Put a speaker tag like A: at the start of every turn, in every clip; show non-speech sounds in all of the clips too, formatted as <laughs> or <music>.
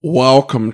A: Welcome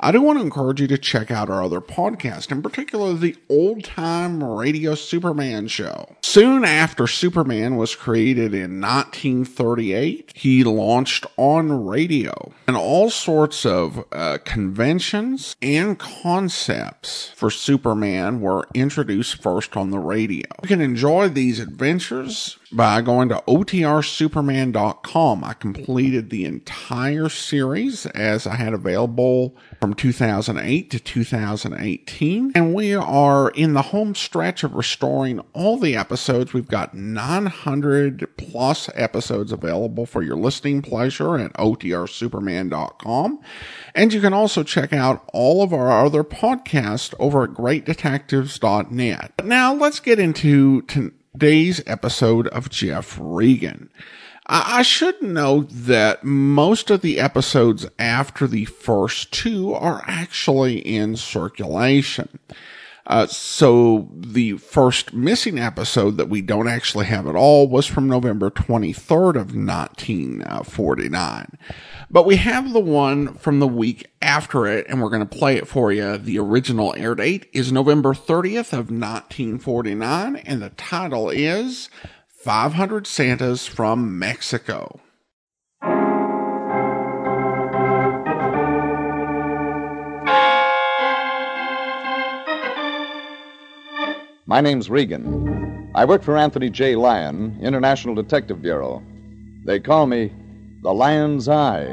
A: I do want to encourage you to check out our other podcast, in particular the old time Radio Superman show. Soon after Superman was created in 1938, he launched on radio and all sorts of uh, conventions and concepts for Superman were introduced first on the radio. You can enjoy these adventures by going to otrsuperman.com. I completed the entire series as I had available from 2008 to 2018. And we are in the home stretch of restoring all the episodes. We've got 900 plus episodes available for your listening pleasure at otrsuperman.com. And you can also check out all of our other podcasts over at greatdetectives.net. But now let's get into to today's episode of Jeff Regan. I should note that most of the episodes after the first two are actually in circulation. Uh, so the first missing episode that we don't actually have at all was from November 23rd of 1949. But we have the one from the week after it and we're going to play it for you. The original air date is November 30th of 1949 and the title is 500 Santas from Mexico.
B: My name's Regan. I work for Anthony J. Lyon, International Detective Bureau. They call me the Lion's Eye.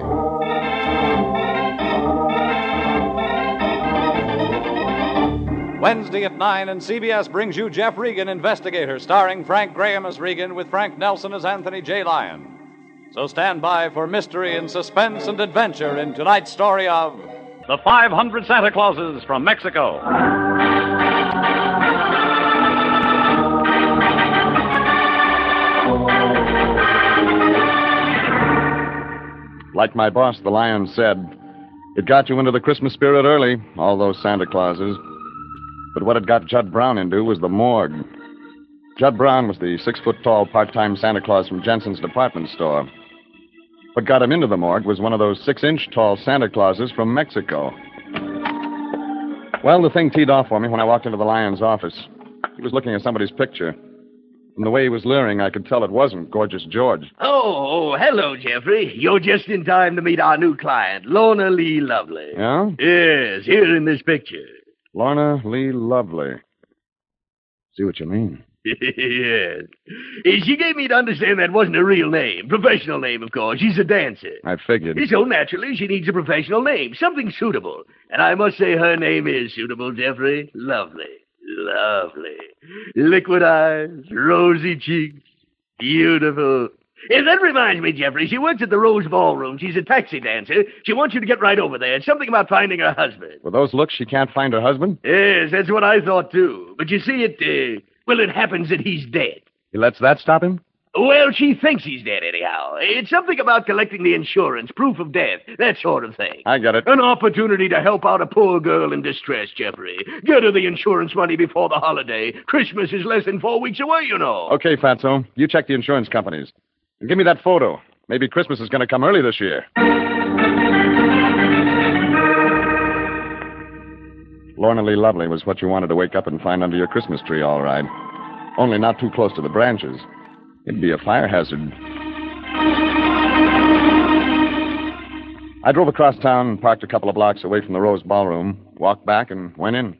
C: Wednesday at 9, and CBS brings you Jeff Regan, Investigator, starring Frank Graham as Regan with Frank Nelson as Anthony J. Lyon. So stand by for mystery and suspense and adventure in tonight's story of The 500 Santa Clauses from Mexico.
B: Like my boss, the Lion, said, it got you into the Christmas spirit early, all those Santa Clauses. But what it got Judd Brown into was the morgue. Judd Brown was the six foot tall part time Santa Claus from Jensen's department store. What got him into the morgue was one of those six inch tall Santa Clauses from Mexico. Well, the thing teed off for me when I walked into the Lion's office. He was looking at somebody's picture. From the way he was leering, I could tell it wasn't Gorgeous George.
D: Oh, oh, hello, Jeffrey. You're just in time to meet our new client, Lorna Lee Lovely.
B: Yeah?
D: Yes, here in this picture. <laughs>
B: Lorna Lee Lovely. See what you mean.
D: yes. She gave me to understand that wasn't her real name. Professional name, of course. She's a dancer.
B: I figured.
D: So naturally, she needs a professional name, something suitable. And I must say her name is suitable, Jeffrey. Lovely. Lovely. Liquid eyes, rosy cheeks. Beautiful. Yeah, that reminds me, Jeffrey. She works at the Rose Ballroom. She's a taxi dancer. She wants you to get right over there. It's something about finding her husband.
B: With those looks, she can't find her husband?
D: Yes, that's what I thought, too. But you see, it, uh, well, it happens that he's dead.
B: He lets that stop him?
D: Well, she thinks he's dead, anyhow. It's something about collecting the insurance, proof of death, that sort of thing.
B: I get it.
D: An opportunity to help out a poor girl in distress, Jeffrey. Get her the insurance money before the holiday. Christmas is less than four weeks away, you know.
B: Okay, Fatso. You check the insurance companies. And give me that photo. Maybe Christmas is going to come early this year. Lorna Lee Lovely was what you wanted to wake up and find under your Christmas tree, all right. Only not too close to the branches. It'd be a fire hazard. I drove across town and parked a couple of blocks away from the Rose Ballroom, walked back, and went in.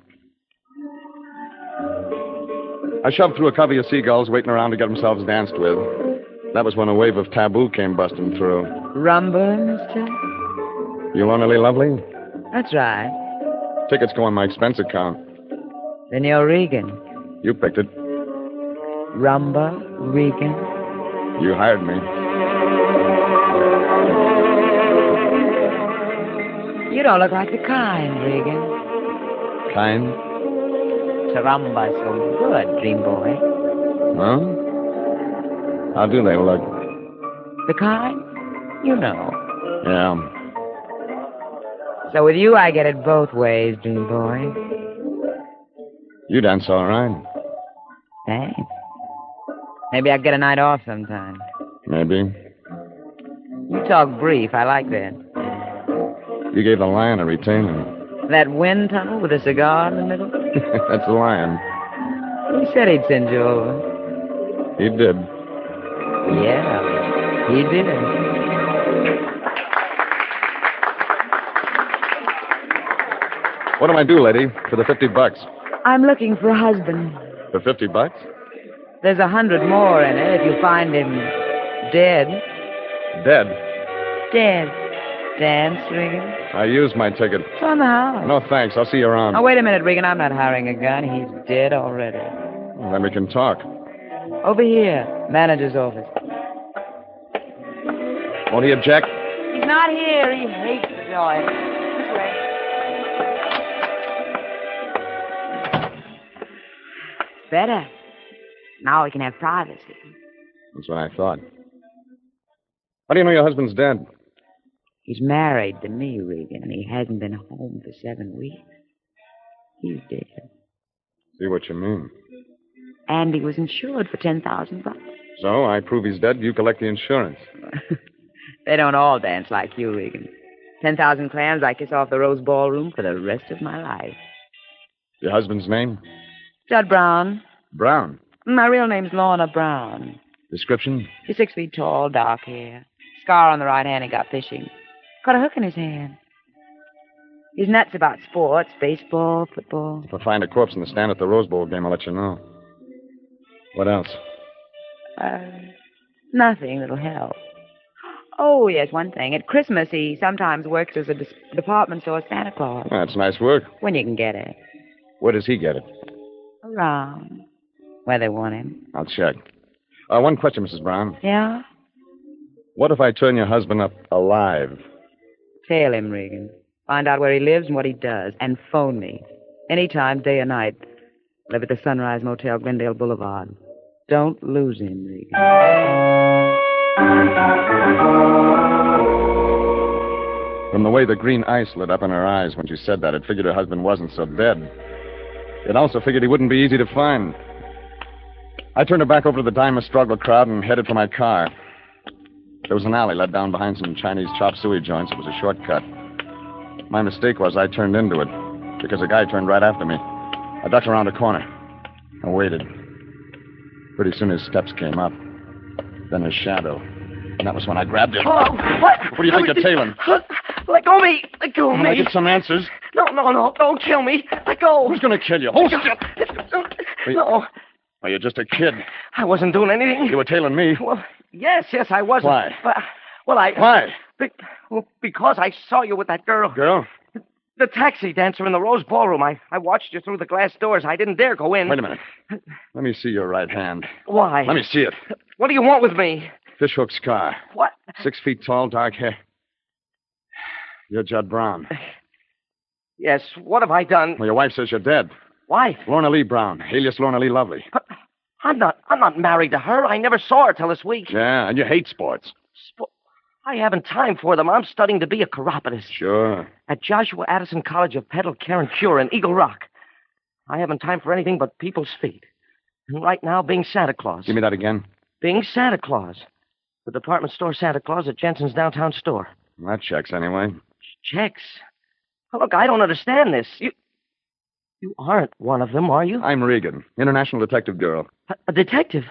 B: I shoved through a covey of seagulls waiting around to get themselves danced with. That was when a wave of taboo came busting through.
E: Rumble, mister?
B: You lonely lovely?
E: That's right.
B: Tickets go on my expense account.
E: Then you're Regan.
B: You picked it.
E: Rumba, Regan.
B: You hired me.
E: You don't look like the kind, Regan.
B: Kind?
E: Taramba's so good, dream boy.
B: Huh? How do they look?
E: The kind? You know.
B: Yeah.
E: So with you, I get it both ways, dream boy.
B: You dance all right.
E: Thanks. Maybe I'll get a night off sometime.
B: Maybe.
E: You talk brief. I like that.
B: You gave the lion a retainer. <laughs>
E: That wind tunnel with a cigar in the middle?
B: That's the lion.
E: He said he'd send you over.
B: He did.
E: Yeah, he did.
B: What am I due, lady, for the 50 bucks?
E: I'm looking for a husband.
B: For 50 bucks?
E: There's a hundred more in it if you find him dead.
B: Dead.
E: Dead. Dance, Regan.
B: I used my ticket.
E: It's on the house.
B: No, thanks. I'll see you around.
E: Oh, wait a minute, Regan. I'm not hiring a gun. He's dead already.
B: Then we can talk.
E: Over here, manager's office.
B: Won't he object?
E: He's not here. He hates the noise. This way. Better. Now we can have privacy.
B: That's what I thought. How do you know your husband's dead?
E: He's married to me, Regan, and he hasn't been home for seven weeks. He's dead.
B: See what you mean.
E: And he was insured for ten thousand bucks.
B: So I prove he's dead. You collect the insurance.
E: they don't all dance like you, Regan. Ten thousand clams I kiss off the Rose Ballroom for the rest of my life.
B: Your husband's name?
E: Judd Brown.
B: Brown.
E: My real name's Lorna Brown.
B: Description?
E: He's six feet tall, dark hair. Scar on the right hand he got fishing. Got a hook in his hand. He's nuts about sports, baseball, football.
B: If I find a corpse in the stand at the Rose Bowl game, I'll let you know. What else?
E: Uh, nothing that'll help. Oh, yes, one thing. At Christmas, he sometimes works as a dis- department store Santa Claus.
B: Well, that's nice work.
E: When you can get it.
B: Where does he get it?
E: Around. Where they want him.
B: I'll check. Uh, one question, Mrs. Brown.
E: Yeah?
B: What if I turn your husband up alive?
E: Tail him, Regan. Find out where he lives and what he does, and phone me. Anytime, day or night. Live at the Sunrise Motel, Glendale Boulevard. Don't lose him, Regan.
B: From the way the green ice lit up in her eyes when she said that, it figured her husband wasn't so dead. It also figured he wouldn't be easy to find. I turned her back over to the Diamond Struggle crowd and headed for my car. There was an alley led down behind some Chinese chop suey joints. It was a shortcut. My mistake was I turned into it because a guy turned right after me. I ducked around a corner and waited. Pretty soon his steps came up, then his shadow. And that was when I grabbed him.
F: Oh, what?
B: What do you think you're tailing?
F: <gasps> Let go of me. Let go of
B: When I
F: me.
B: get some answers,
F: No, no, no. Don't kill me. Let go.
B: who's going to kill you? Hold still.
F: No,
B: Well, you're just a kid.
F: I wasn't doing anything.
B: You were tailing me.
F: Well, yes, yes, I wasn't.
B: Why?
F: But, well, I.
B: Why?
F: Be- well, because I saw you with that girl.
B: Girl,
F: The taxi dancer in the Rose Ballroom. I, I watched you through the glass doors. I didn't dare go in.
B: wait a minute. Let me see your right hand.
F: Why?
B: Let me see it.
F: What do you want with me?
B: Fishhook scar.
F: What?
B: Six feet tall, dark hair. You're Judd Brown.
F: Yes, what have I done?
B: Well, your wife says you're dead.
F: Wife,
B: Lorna Lee Brown, alias Lorna Lee Lovely.
F: I'm not I'm not married to her. I never saw her till this week.
B: Yeah, and you hate sports.
F: Sp- I haven't time for them. I'm studying to be a chiropodist
B: Sure.
F: at Joshua Addison College of Pedal Care and Cure in Eagle Rock. I haven't time for anything but people's feet. And right now, being Santa Claus.
B: Give me that again.
F: Being Santa Claus. The department store Santa Claus at Jensen's downtown store.
B: Well, that checks anyway.
F: Checks. Well, Oh, Look, I don't understand this. You, you aren't one of them, are you?
B: I'm Regan, international detective girl.
F: A, a detective?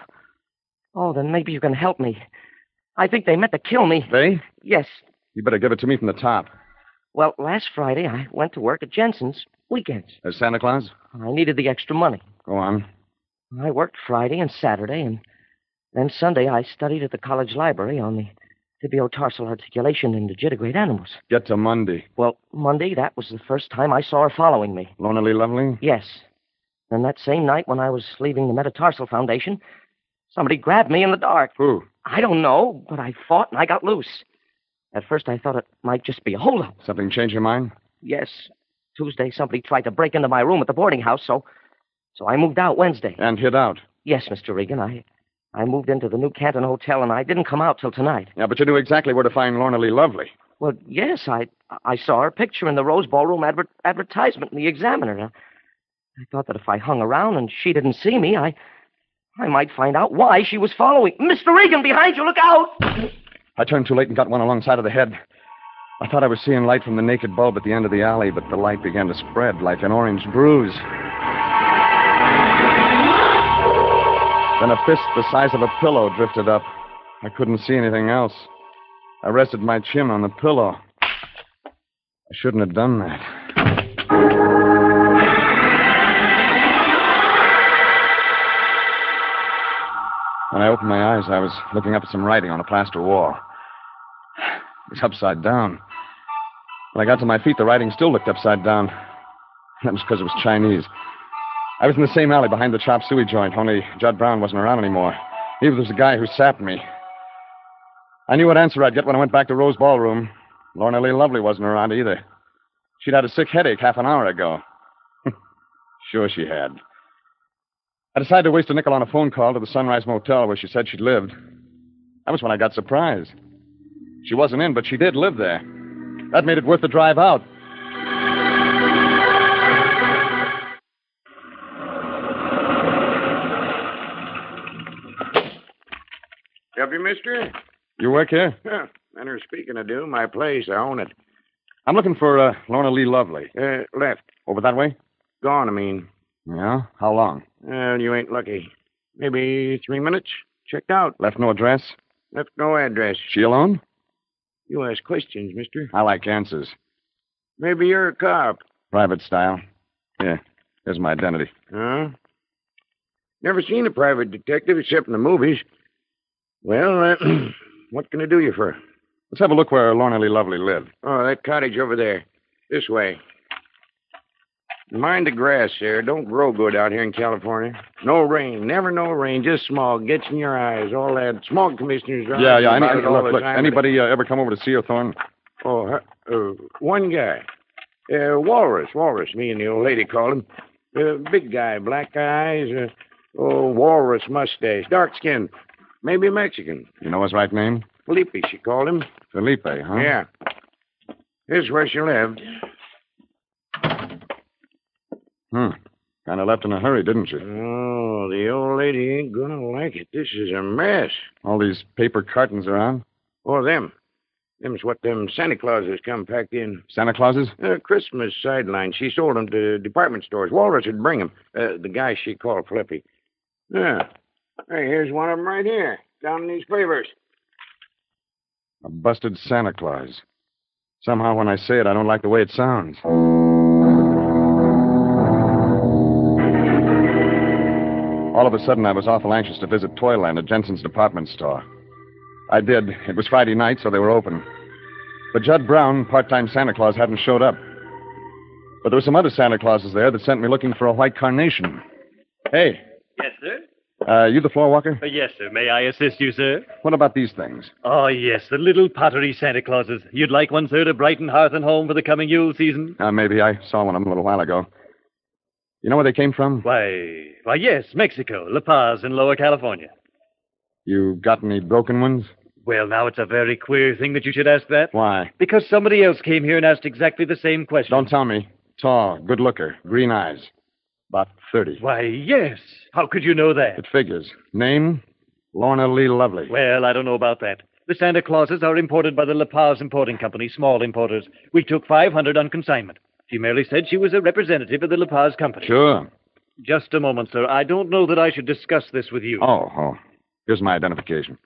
F: Oh, then maybe you can help me. I think they meant to kill me.
B: They?
F: Yes.
B: You better give it to me from the top.
F: Well, last Friday I went to work at Jensen's weekends.
B: As Santa Claus?
F: I needed the extra money.
B: Go on.
F: I worked Friday and Saturday, and then Sunday I studied at the college library on the tibiotarsal articulation in digitigrade animals.
B: Get to Monday.
F: Well, Monday, that was the first time I saw her following me.
B: Lorna Lee Lovely?
F: Yes. And that same night when I was leaving the Metatarsal Foundation, somebody grabbed me in the dark.
B: Who?
F: I don't know, but I fought and I got loose. At first, I thought it might just be a holdup.
B: Something change your mind?
F: Yes, Tuesday, somebody tried to break into my room at the boarding house, so so I moved out Wednesday.
B: And hid out.
F: Yes, Mr. Regan, I I moved into the new Canton Hotel and I didn't come out till tonight.
B: Yeah, but you knew exactly where to find Lorna Lee Lovely.
F: Well, yes, I I saw her picture in the Rose Ballroom adver- advertisement in the Examiner. I, I thought that if I hung around and she didn't see me, I I might find out why she was following. Mr. Regan, behind you, look out!
B: I turned too late and got one alongside of the head. I thought I was seeing light from the naked bulb at the end of the alley, but the light began to spread like an orange bruise. Then a fist the size of a pillow drifted up. I couldn't see anything else. I rested my chin on the pillow. I shouldn't have done that. When I opened my eyes, I was looking up at some writing on a plaster wall. It was upside down. When I got to my feet, the writing still looked upside down. That was because it was Chinese. I was in the same alley behind the chop suey joint, only Judd Brown wasn't around anymore. Neither was the guy who sapped me. I knew what answer I'd get when I went back to Rose Ballroom. Lorna Lee Lovely wasn't around either. She'd had a sick headache half an hour ago. <laughs> sure she had. I decided to waste a nickel on a phone call to the Sunrise Motel where she said she'd lived. That was when I got surprised. She wasn't in, but she did live there. That made it worth the drive out.
G: Help you, mister?
B: You work here?
G: Yeah. And her speaking of do, my place, I own it.
B: I'm looking for uh, Lorna Lee Lovely.
G: Uh, left.
B: Over that way?
G: Gone, I mean.
B: Yeah. How long?
G: Well, you ain't lucky. Maybe three minutes. Checked out.
B: Left no address?
G: Left no address.
B: She alone?
G: You ask questions, mister.
B: I like answers.
G: Maybe you're a cop.
B: Private style. Yeah. Here's my identity.
G: Huh? Never seen a private detective except in the movies. Well, uh, <clears throat> what can I do you for?
B: Let's have a look where Lorna Lee Lovely lived.
G: Oh, that cottage over there. This way. Mind the grass there. Don't grow good out here in California. No rain. Never no rain. Just smog. Gets in your eyes. All that. Smog commissioners. are
B: Yeah, yeah.
G: out
B: Any,
G: about it all
B: look,
G: the
B: look.
G: time.
B: Anybody uh, ever come over to see her, Thorne?
G: Oh, huh, uh, one guy. Uh, Walrus. Walrus, me and the old lady called him. Uh, big guy. Black eyes. Uh, oh, walrus mustache. Dark skin. Maybe Mexican.
B: You know his right name?
G: Felipe, she called him.
B: Felipe, huh?
G: Yeah. This is where she lived.
B: Hmm. Kind of left in a hurry, didn't you?
G: Oh, the old lady ain't gonna like it. This is a mess.
B: All these paper cartons around.
G: Or them. Them's what them Santa Clauses come packed in.
B: Santa Clauses?
G: Uh, Christmas sideline. She sold 'em to department stores. Walrus would bring 'em. Uh, the guy she called Flippy. Yeah. Hey, here's one of 'em right here. Down in these papers.
B: A busted Santa Claus. Somehow, when I say it, I don't like the way it sounds. All of a sudden, I was awful anxious to visit Toyland at Jensen's department store. I did. It was Friday night, so they were open. But Judd Brown, part time Santa Claus, hadn't showed up. But there were some other Santa Clauses there that sent me looking for a white carnation. Hey,
H: Yes, sir.
B: uh, you the floor walker?
H: yes, sir. May I assist you, sir?
B: What about these things?
H: Oh, yes, the little pottery Santa Clauses. You'd like one, sir, to brighten hearth and home for the coming Yule season?
B: Uh, maybe I saw one of them a little while ago. You know where they came from?
H: Why, why, yes, Mexico, La Paz, in Lower California.
B: You got any broken ones?
H: Well, now it's a very queer thing that you should ask that.
B: Why?
H: Because somebody else came here and asked exactly the same question.
B: Don't tell me. Tall, good looker, green eyes. About 30.
H: Why, yes. How could you know that?
B: It figures. Name? Lorna Lee Lovely.
H: Well, I don't know about that. The Santa Clauses are imported by the La Paz Importing Company, small importers. We took 500 on consignment. She merely said she was a representative of the La Paz Company.
B: Sure.
H: Just a moment, sir. I don't know that I should discuss this with you.
B: Oh, oh. Here's my identification.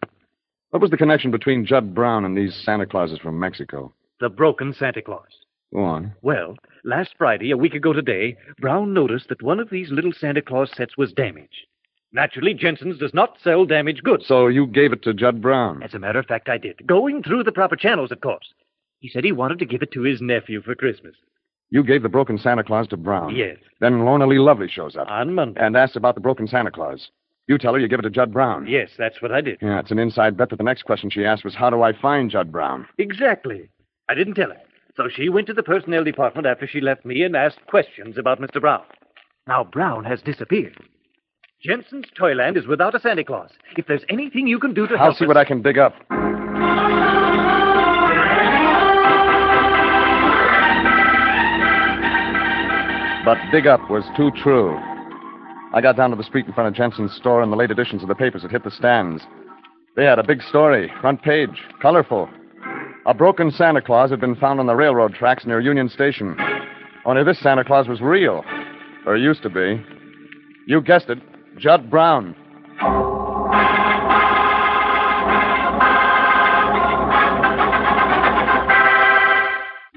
B: What was the connection between Judd Brown and these Santa Clauses from Mexico?
H: The broken Santa Claus.
B: Go on.
H: Well, last Friday, a week ago today, Brown noticed that one of these little Santa Claus sets was damaged. Naturally, Jensen's does not sell damaged goods.
B: So you gave it to Judd Brown.
H: As a matter of fact, I did. Going through the proper channels, of course. He said he wanted to give it to his nephew for Christmas.
B: You gave the broken Santa Claus to Brown.
H: Yes.
B: Then Lorna Lee Lovely shows
D: Uh,
B: up
H: On Monday.
B: and asks about the broken Santa Claus. You tell her you give it to Judd Brown.
H: Yes, that's what I did.
B: Yeah, it's an inside bet that the next question she asked was, How do I find Judd Brown?
H: Exactly. I didn't tell her. So she went to the personnel department after she left me and asked questions about Mr. Brown. Now, Brown has disappeared. Jensen's Toyland is without a Santa Claus. If there's anything you can do to
B: I'll
H: help
B: see
H: us-
B: what I can dig up. But dig up was too true. I got down to the street in front of Jensen's store, and the late editions of the papers had hit the stands. They had a big story, front page, colorful. A broken Santa Claus had been found on the railroad tracks near Union Station. Only this Santa Claus was real, or used to be. You guessed it, Judd Brown.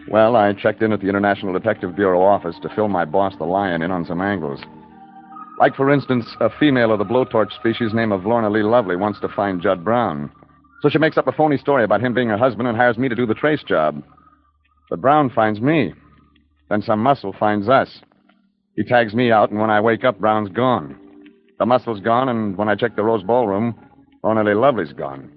B: Well, I checked in at the International Detective Bureau office to fill my boss, the lion, in on some angles. Like, for instance, a female of the blowtorch species named of Lorna Lee Lovely wants to find Judd Brown. So she makes up a phony story about him being her husband and hires me to do the trace job. But Brown finds me. Then some muscle finds us. He tags me out, and when I wake up, Brown's gone. The muscle's gone, and when I check the Rose Ballroom, Lorna Lee Lovely's gone.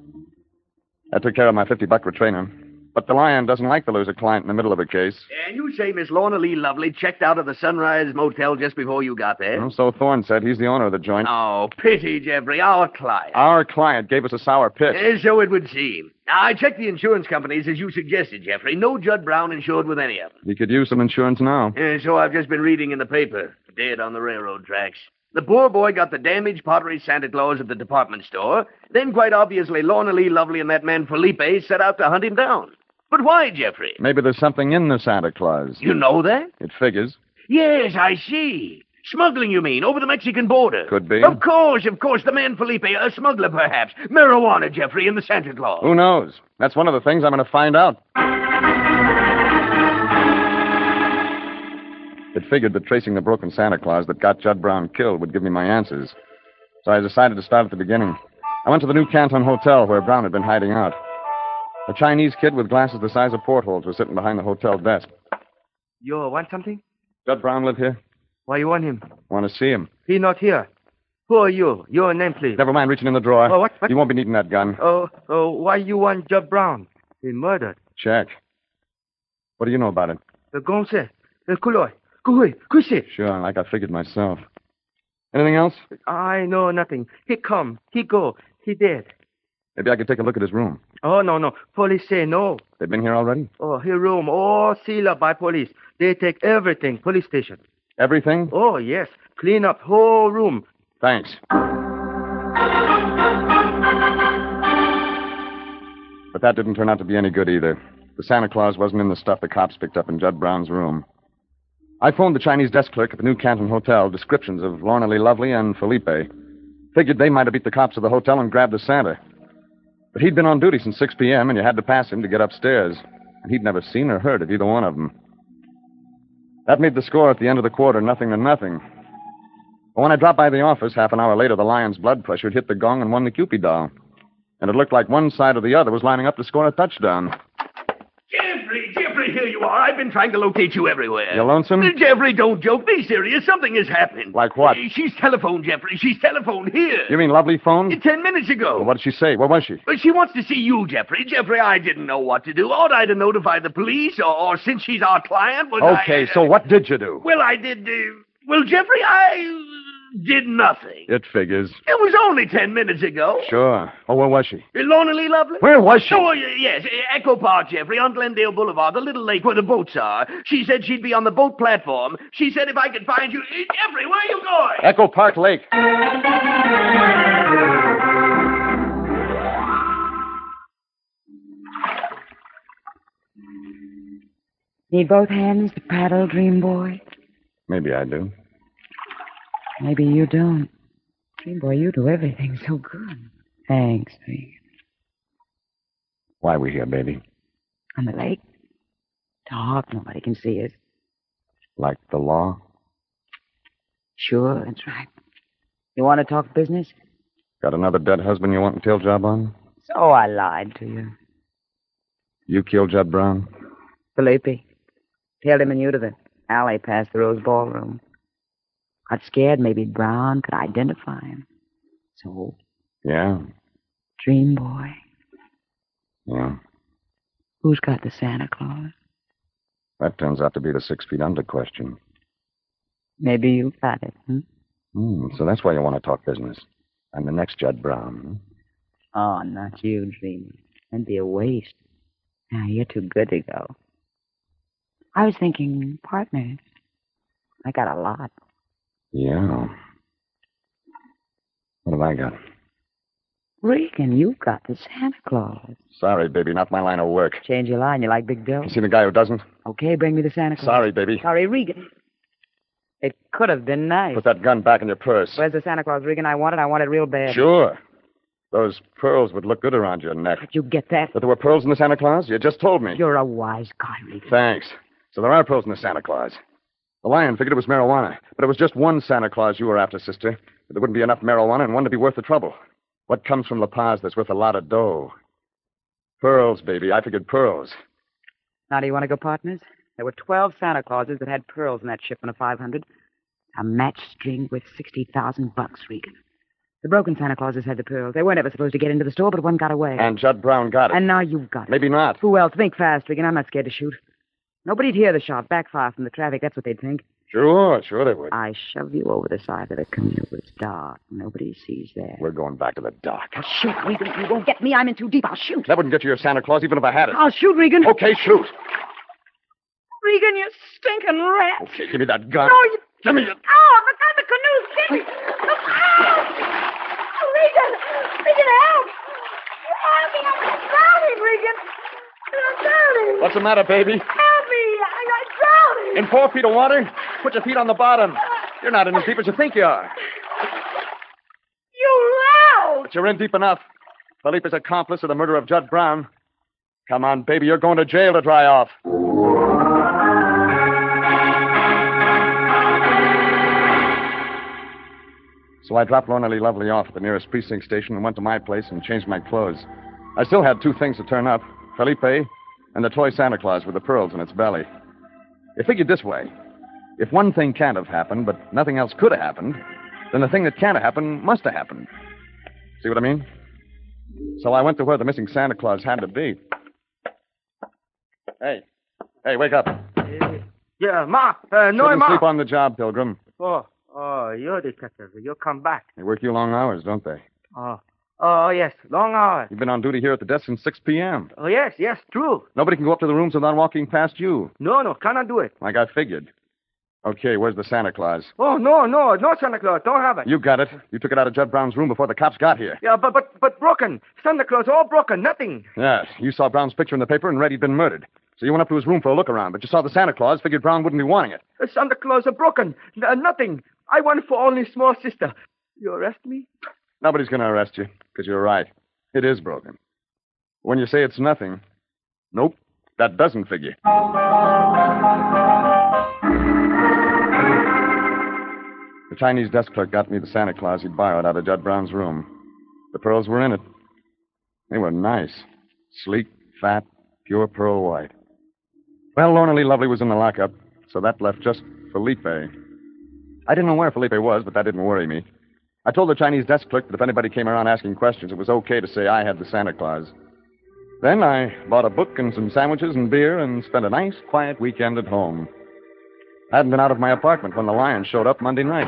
B: I took care of my 50 buck retainer. But the lion doesn't like to lose a client in the middle of a case.
D: And you say Miss Lorna Lee Lovely checked out of the Sunrise Motel just before you got there?
B: And so Thorne said he's the owner of the joint.
D: Oh, pity, Jeffrey, our client.
B: Our client gave us a sour
D: <laughs>
B: pitch.
D: Eh, so it would seem. Now, I checked the insurance companies as you suggested, Jeffrey. No Judd Brown insured with any of them.
B: He could use some insurance now.
D: Eh, so I've just been reading in the paper. Dead on the railroad tracks. The poor boy got the damaged pottery Santa Claus at the department store. Then, quite obviously, Lorna Lee Lovely and that man Felipe set out to hunt him down. But why, Jeffrey?
B: Maybe there's something in the Santa Claus.
D: You know that?
B: It figures.
D: Yes, I see. Smuggling, you mean, over the Mexican border?
B: Could be.
D: Of course, of course. The man Felipe, a smuggler, perhaps. Marijuana, Jeffrey, and the Santa Claus.
B: Who knows? That's one of the things I'm going to find out. It figured that tracing the broken Santa Claus that got Judd Brown killed would give me my answers. So I decided to start at the beginning. I went to the new Canton Hotel where Brown had been hiding out. A Chinese kid with glasses the size of portholes was sitting behind the hotel desk.
F: You want something?
B: Judd Brown live here?
F: Why you want him?
B: Want to see him?
F: He not here. Who are you? Your name, please.
B: Never mind reaching in the drawer.
F: Oh, what- what-
B: You won't be needing that gun.
F: Oh, oh, why you want Judd Brown? He murdered.
B: Check. What do you know about it?
F: The Gonse, the Kuloi, Kuhui, Kushi.
B: Sure, like I figured myself. Anything else?
F: I know nothing. He come, he go, he dead.
B: Maybe I could take a look at his room.
F: Oh, no, no. Police say no.
B: They've been here already?
F: Oh, his room all sealed up by police. They take everything, police station.
B: Everything?
F: Oh, yes. Clean up whole room.
B: Thanks. But that didn't turn out to be any good either. The Santa Claus wasn't in the stuff the cops picked up in Judd Brown's room. I phoned the Chinese desk clerk at the New Canton Hotel, descriptions of Lorna Lee Lovely and Felipe. Figured they might have beat the cops of the hotel and grabbed the Santa. But he'd been on duty since 6 p.m., and you had to pass him to get upstairs. And he'd never seen or heard of either one of them. That made the score at the end of the quarter nothing to nothing. But when I dropped by the office half an hour later, the lion's blood pressure had hit the gong and won the Cupid doll. And it looked like one side or the other was lining up to score a touchdown.
D: Jeffrey, Jeffrey, here you are. I've been trying to locate you everywhere.
B: You lonesome?
D: Uh, Jeffrey, don't joke. Be serious. Something has happened.
B: Like what?
D: Uh, She's telephoned, Jeffrey. She's telephoned here.
B: You mean lovely phone?
D: Uh, <laughs> Ten minutes ago.
B: Well, what did she say? Where was she?
D: But she wants to see you, Jeffrey. Jeffrey, I didn't know what to do. Ought I to notify the police, or, or since she's our client, was I- uh,
B: Okay, so what did you do?
D: Well, I did. Uh, well, Jeffrey, I uh, did nothing.
B: It figures.
D: It was only ten minutes ago.
B: Sure. Oh, where was she?
D: Uh, Lorna Lee Lovely?
B: Where was she?
D: Oh, y- yes, uh, Echo Park, Jeffrey, on Glendale Boulevard, the little lake where the boats are. She said she'd be on the boat platform. She said if I could find you... Uh, Jeffrey, where are you going?
B: Echo Park Lake.
E: Need both hands to paddle, dream boy?
B: Maybe I do.
E: Maybe you don't. Dream boy, you do everything so good. Thanks, Regan.
B: Why we here, baby?
E: On the lake? Dark, nobody can see us.
B: Like the law?
E: Sure, that's right. You want to talk business?
B: Got another dead husband you want a tail job on?
E: So I lied to you.
B: You killed Judd Brown?
E: Felipe. Tailed him and you to the alley past the Rose Ballroom. Got scared maybe Brown could identify him. So,
B: Yeah.
E: dream boy,
B: Yeah.
E: who's got the Santa Claus?
B: That turns out to be the six feet under question.
E: Maybe you got it. Hmm?
B: Hmm, so that's why you want to talk business. I'm the next Judd Brown. hmm?
E: Oh, not you, dreamer. That'd be a waste. Now, you're too good to go. I was thinking partners. I got a lot.
B: Yeah. What have I got?
E: Regan, you've got the Santa Claus.
B: Sorry, baby, not my line of work.
E: Change your line. You like big
B: You
E: bills?
B: see the guy who doesn't?
E: Okay, bring me the Santa Claus.
B: Sorry, baby.
E: Sorry, Regan. It could have been nice.
B: Put that gun back in your purse.
E: Where's the Santa Claus, Regan? I want it. I want it real bad.
B: Sure. Those pearls would look good around your neck.
E: Did you get that?
B: That there were pearls in the Santa Claus? You just told me.
E: You're a wise guy, Regan.
B: Thanks. So there are pearls in the Santa Claus. The lion figured it was marijuana, but it was just one Santa Claus you were after, sister. There wouldn't be enough marijuana and one to be worth the trouble. What comes from La Paz that's worth a lot of dough? Pearls, baby. I figured pearls.
E: Now, do you want to go partners? There were 12 Santa Clauses that had pearls in that shipment of 500. A match string with 60,000 bucks, Regan. The broken Santa Clauses had the pearls. They weren't ever supposed to get into the store, but one got away.
B: And Judd Brown got it.
E: And now you've got it.
B: Maybe not.
E: Who else? Think fast, Regan. I'm not scared to shoot. Nobody'd hear the shot. Backfire from the traffic. That's what they'd think.
B: Sure, sure they would.
E: I shove you over the side of the commute. It's dark. Nobody sees that.
B: We're going back to the dock.
E: Shoot, Regan. If you won't get me, I'm in too deep. I'll shoot. Oh.
B: That wouldn't get you your Santa Claus even if I had it.
E: I'll shoot, Regan.
B: Okay, shoot.
E: Regan, you stinking rat.
B: Okay, give me that gun.
E: No, you-
B: Give me it.
E: Oh, look out, the canoe's getting. Look out! Regan! Regan, help! Help me! I'm drowning, Regan! I'm drowning!
B: What's the matter, baby?
E: Help me! I'm drowning!
B: In four feet of water? Put your feet on the bottom. You're not in as deep as you think you are.
E: You loud!
B: But you're in deep enough. Felipe's accomplice in the murder of Judd Brown. Come on, baby, you're going to jail to dry off. So I dropped Lorna Lee Lovely off at the nearest precinct station and went to my place and changed my clothes. I still had two things to turn up Felipe and the toy Santa Claus with the pearls in its belly. It figured this way if one thing can't have happened, but nothing else could have happened, then the thing that can't have happened must have happened. See what I mean? So I went to where the missing Santa Claus had to be. Hey, hey, wake up.
D: Eh,
I: Yeah, Ma, uh, no,
B: Shouldn't
I: Ma.
B: sleep on the job, Pilgrim.
I: Oh, oh, you're the detective. You come back.
B: They work you long hours, don't they?
I: Oh, oh yes, long hours.
B: You've been on duty here at the desk since 6 p.m.
I: Oh yes, yes, true.
B: Nobody can go up to the rooms without walking past you,
I: No, no, cannot do it.
B: like I figured. Okay, where's the Santa Claus?
I: Oh no, no, no, Santa Claus, don't have it.
B: You got it. You took it out of Judd Brown's room before the cops got here.
I: Yeah, but but but broken. Santa Claus, all broken, nothing.
B: Yes, you saw Brown's picture in the paper and read he'd been murdered. So you went up to his room for a look around, but you saw the Santa Claus, figured Brown wouldn't be wanting it.
I: Uh, Santa Claus, uh, broken, N- nothing. I want for only small sister. You arrest me?
B: Nobody's going to arrest you, because you're right. It is broken. When you say it's nothing, nope, that doesn't figure. The Chinese desk clerk got me the Santa Claus he'd borrowed out of Judd Brown's room. The pearls were in it. They were nice. Sleek, fat, pure pearl white. Well, Lorna Lee Lovely was in the lockup, so that left just Felipe. I didn't know where Felipe was, but that didn't worry me. I told the Chinese desk clerk that if anybody came around asking questions, it was okay to say I had the Santa Claus. Then I bought a book and some sandwiches and beer and spent a nice, quiet weekend at home. I hadn't been out of my apartment when the lion showed up Monday night.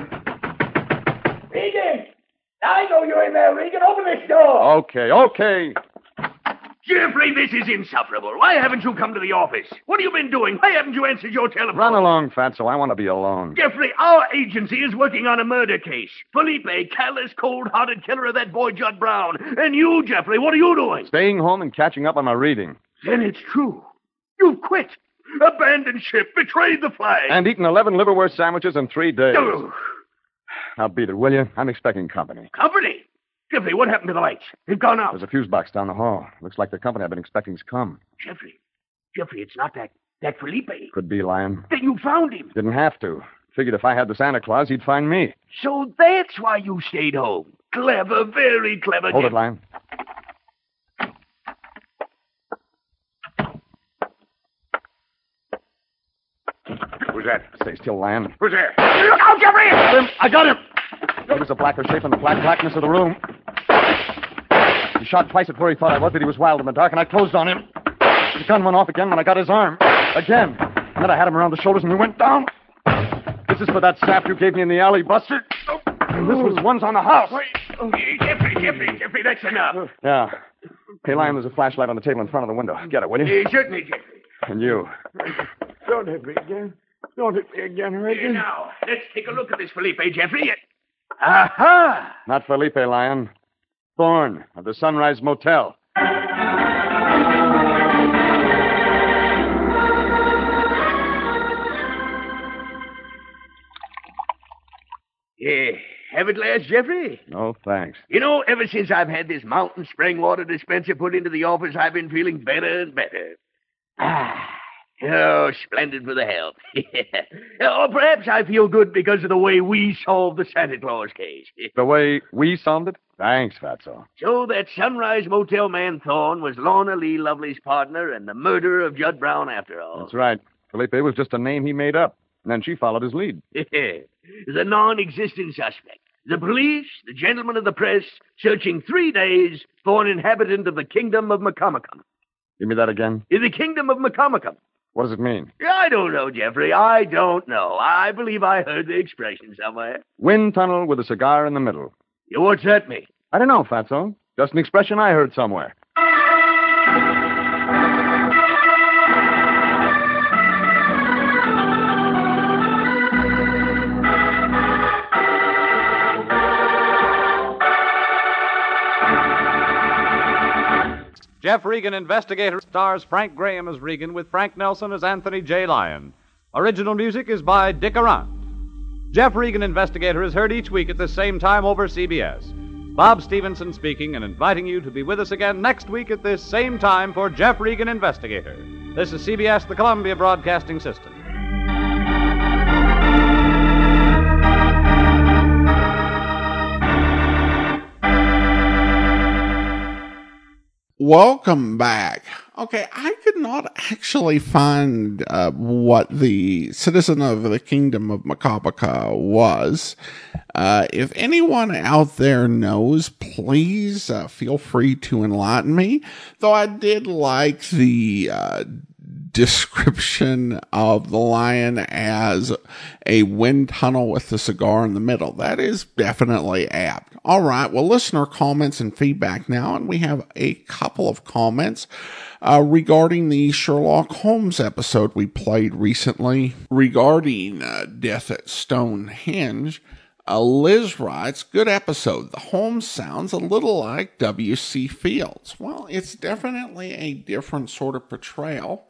D: Regan! I know you're in there, Regan. Open this door.
B: Okay, okay.
D: Oh, Jeffrey, this is insufferable. Why haven't you come to the office? What have you been doing? Why haven't you answered your telephone?
B: Run along, Fatso. I want to be alone.
D: Jeffrey, our agency is working on a murder case. Felipe, callous, cold-hearted killer of that boy Judd Brown. And you, Jeffrey, what are you doing?
B: Staying home and catching up on my reading.
D: Then it's true. You've quit. Abandoned ship, betrayed the flag.
B: And eaten 11 liverwurst sandwiches in three days.
D: Oh,
B: Now, beat it, will you? I'm expecting company.
D: company. Jeffrey, what happened to the lights? They've gone out.
B: There's a fuse box down the hall. Looks like the company I've been expecting's come.
D: Jeffrey, Jeffrey, it's not that that Felipe.
B: Could be, Lion.
D: Then you found him.
B: Didn't have to. Figured if I had the Santa Claus, he'd find me.
D: So that's why you stayed home. Clever, very clever.
B: Hold
D: Jeff-
B: it, Lion.
G: Who's that?
B: Stay still, Lion.
G: Who's there? Oh,
D: Look out, Jeffrey! I got him.
B: It was a blacker shape in the black blackness of the room. He shot twice at where he thought I was, but he was wild in the dark, and I closed on him. The gun went off again when I got his arm. Again.
H: And then I had him around the shoulders and we went down. This is for that sap you gave me in the alley, Buster. And this was one's on the house.
D: oh, Jeffrey, Jeffrey, Jeffrey, that's enough.
H: Yeah. Hey, Lion, there's a flashlight on the table in front of the window. Get it, will <laughs> you?
D: Uh, certainly, Jeffrey.
H: And you.
G: Don't hit me again. Don't hit me again,
D: Here
G: Reagan.
D: now, let's take a look at this Felipe, Jeffrey.
H: Aha! Not Felipe, Lion. Thorne of the Sunrise Motel.
D: Yeah, have a glass, Jeffrey?
B: No, thanks.
D: You know, ever since I've had this mountain spring water dispenser put into the office, I've been feeling better and better. Ah, oh, splendid for the health. <laughs> Or perhaps I feel good because of the way we solved the Santa Claus case.
B: The way we solved it? Thanks, Fatso.
D: so that Sunrise Motel man Thorne was Lorna Lee Lovely's partner and the murderer of Judd Brown after all.
B: That's right. Felipe was just a name he made up. And then she followed his lead.
D: <laughs> the non-existent suspect. The police, the gentlemen of the press, searching three days for an inhabitant of the kingdom of Macomicum.
B: Give me that again.
D: In the kingdom of Macomicum.
B: What does it mean?
D: I don't know, Jeffrey. I don't know. I believe I heard the expression somewhere.
B: Wind tunnel with a cigar in the middle.
D: You what's that mean?
B: I don't know, Fatso. Just an expression I heard somewhere.
C: Jeff Regan Investigator stars Frank Graham as Regan with Frank Nelson as Anthony J. Lyon. Original music is by Dick Arant. Jeff Regan Investigator is heard each week at this same time over CBS. Bob Stevenson speaking and inviting you to be with us again next week at this same time for Jeff Regan Investigator. This is CBS, the Columbia Broadcasting System.
A: Welcome back. Okay, I could not actually find uh, what the citizen of the kingdom of Macabaca was. Uh, if anyone out there knows, please uh, feel free to enlighten me. Though I did like the uh, description of the lion as a wind tunnel with a cigar in the middle. That is definitely apt. All right. Well, listener comments and feedback now, and we have a couple of comments uh, regarding the Sherlock Holmes episode we played recently regarding uh, Death at Stonehenge. Uh, Liz writes, good episode. The Holmes sounds a little like W.C. Fields. Well, it's definitely a different sort of portrayal.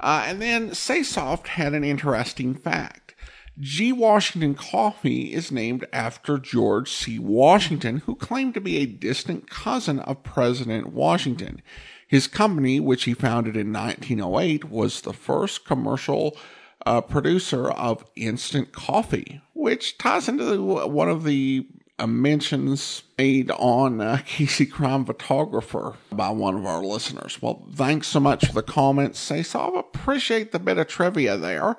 A: Uh, and then Saysoft had an interesting fact. G. Washington Coffee is named after George C. Washington, who claimed to be a distant cousin of President Washington. His company, which he founded in 1908, was the first commercial uh, producer of instant coffee, which ties into the, one of the uh, mentions made on uh, <laughs> Casey Crime Photographer by one of our listeners. Well, thanks so much for the comments, Saysov. Appreciate the bit of trivia there.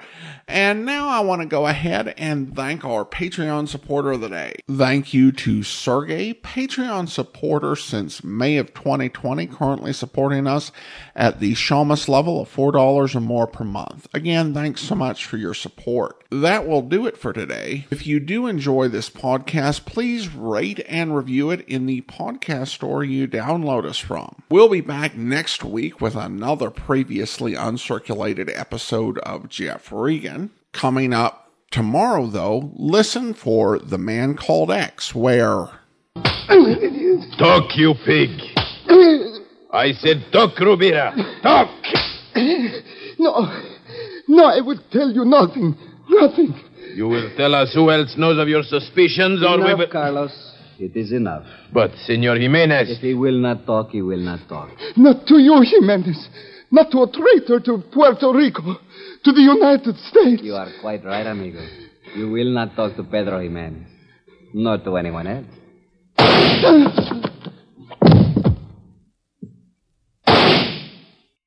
A: And now I want to go ahead and thank our Patreon supporter of the day. Thank you to Sergey, Patreon supporter since May of 2020, currently supporting us at the Shamus level of $4 or more per month. Again, thanks so much for your support. That will do it for today. If you do enjoy this podcast, please rate and review it in the podcast store you download us from. We'll be back next week with another previously uncirculated episode of Jeff Regan. Coming up tomorrow, though, listen for The Man Called X, where.
J: Talk, you pig. I said talk, Rubira. Talk!
K: No, no, I will tell you nothing, nothing.
J: You will tell us who else knows of your suspicions or we
L: enough,
J: will...
L: Carlos. It is enough.
J: But, Senor Jimenez...
L: If he will not talk, he will not talk.
K: Not to you, Jimenez. Not to a traitor to Puerto Rico, to the United States.
L: You are quite right, amigo. You will not talk to Pedro Jimenez, nor to anyone else.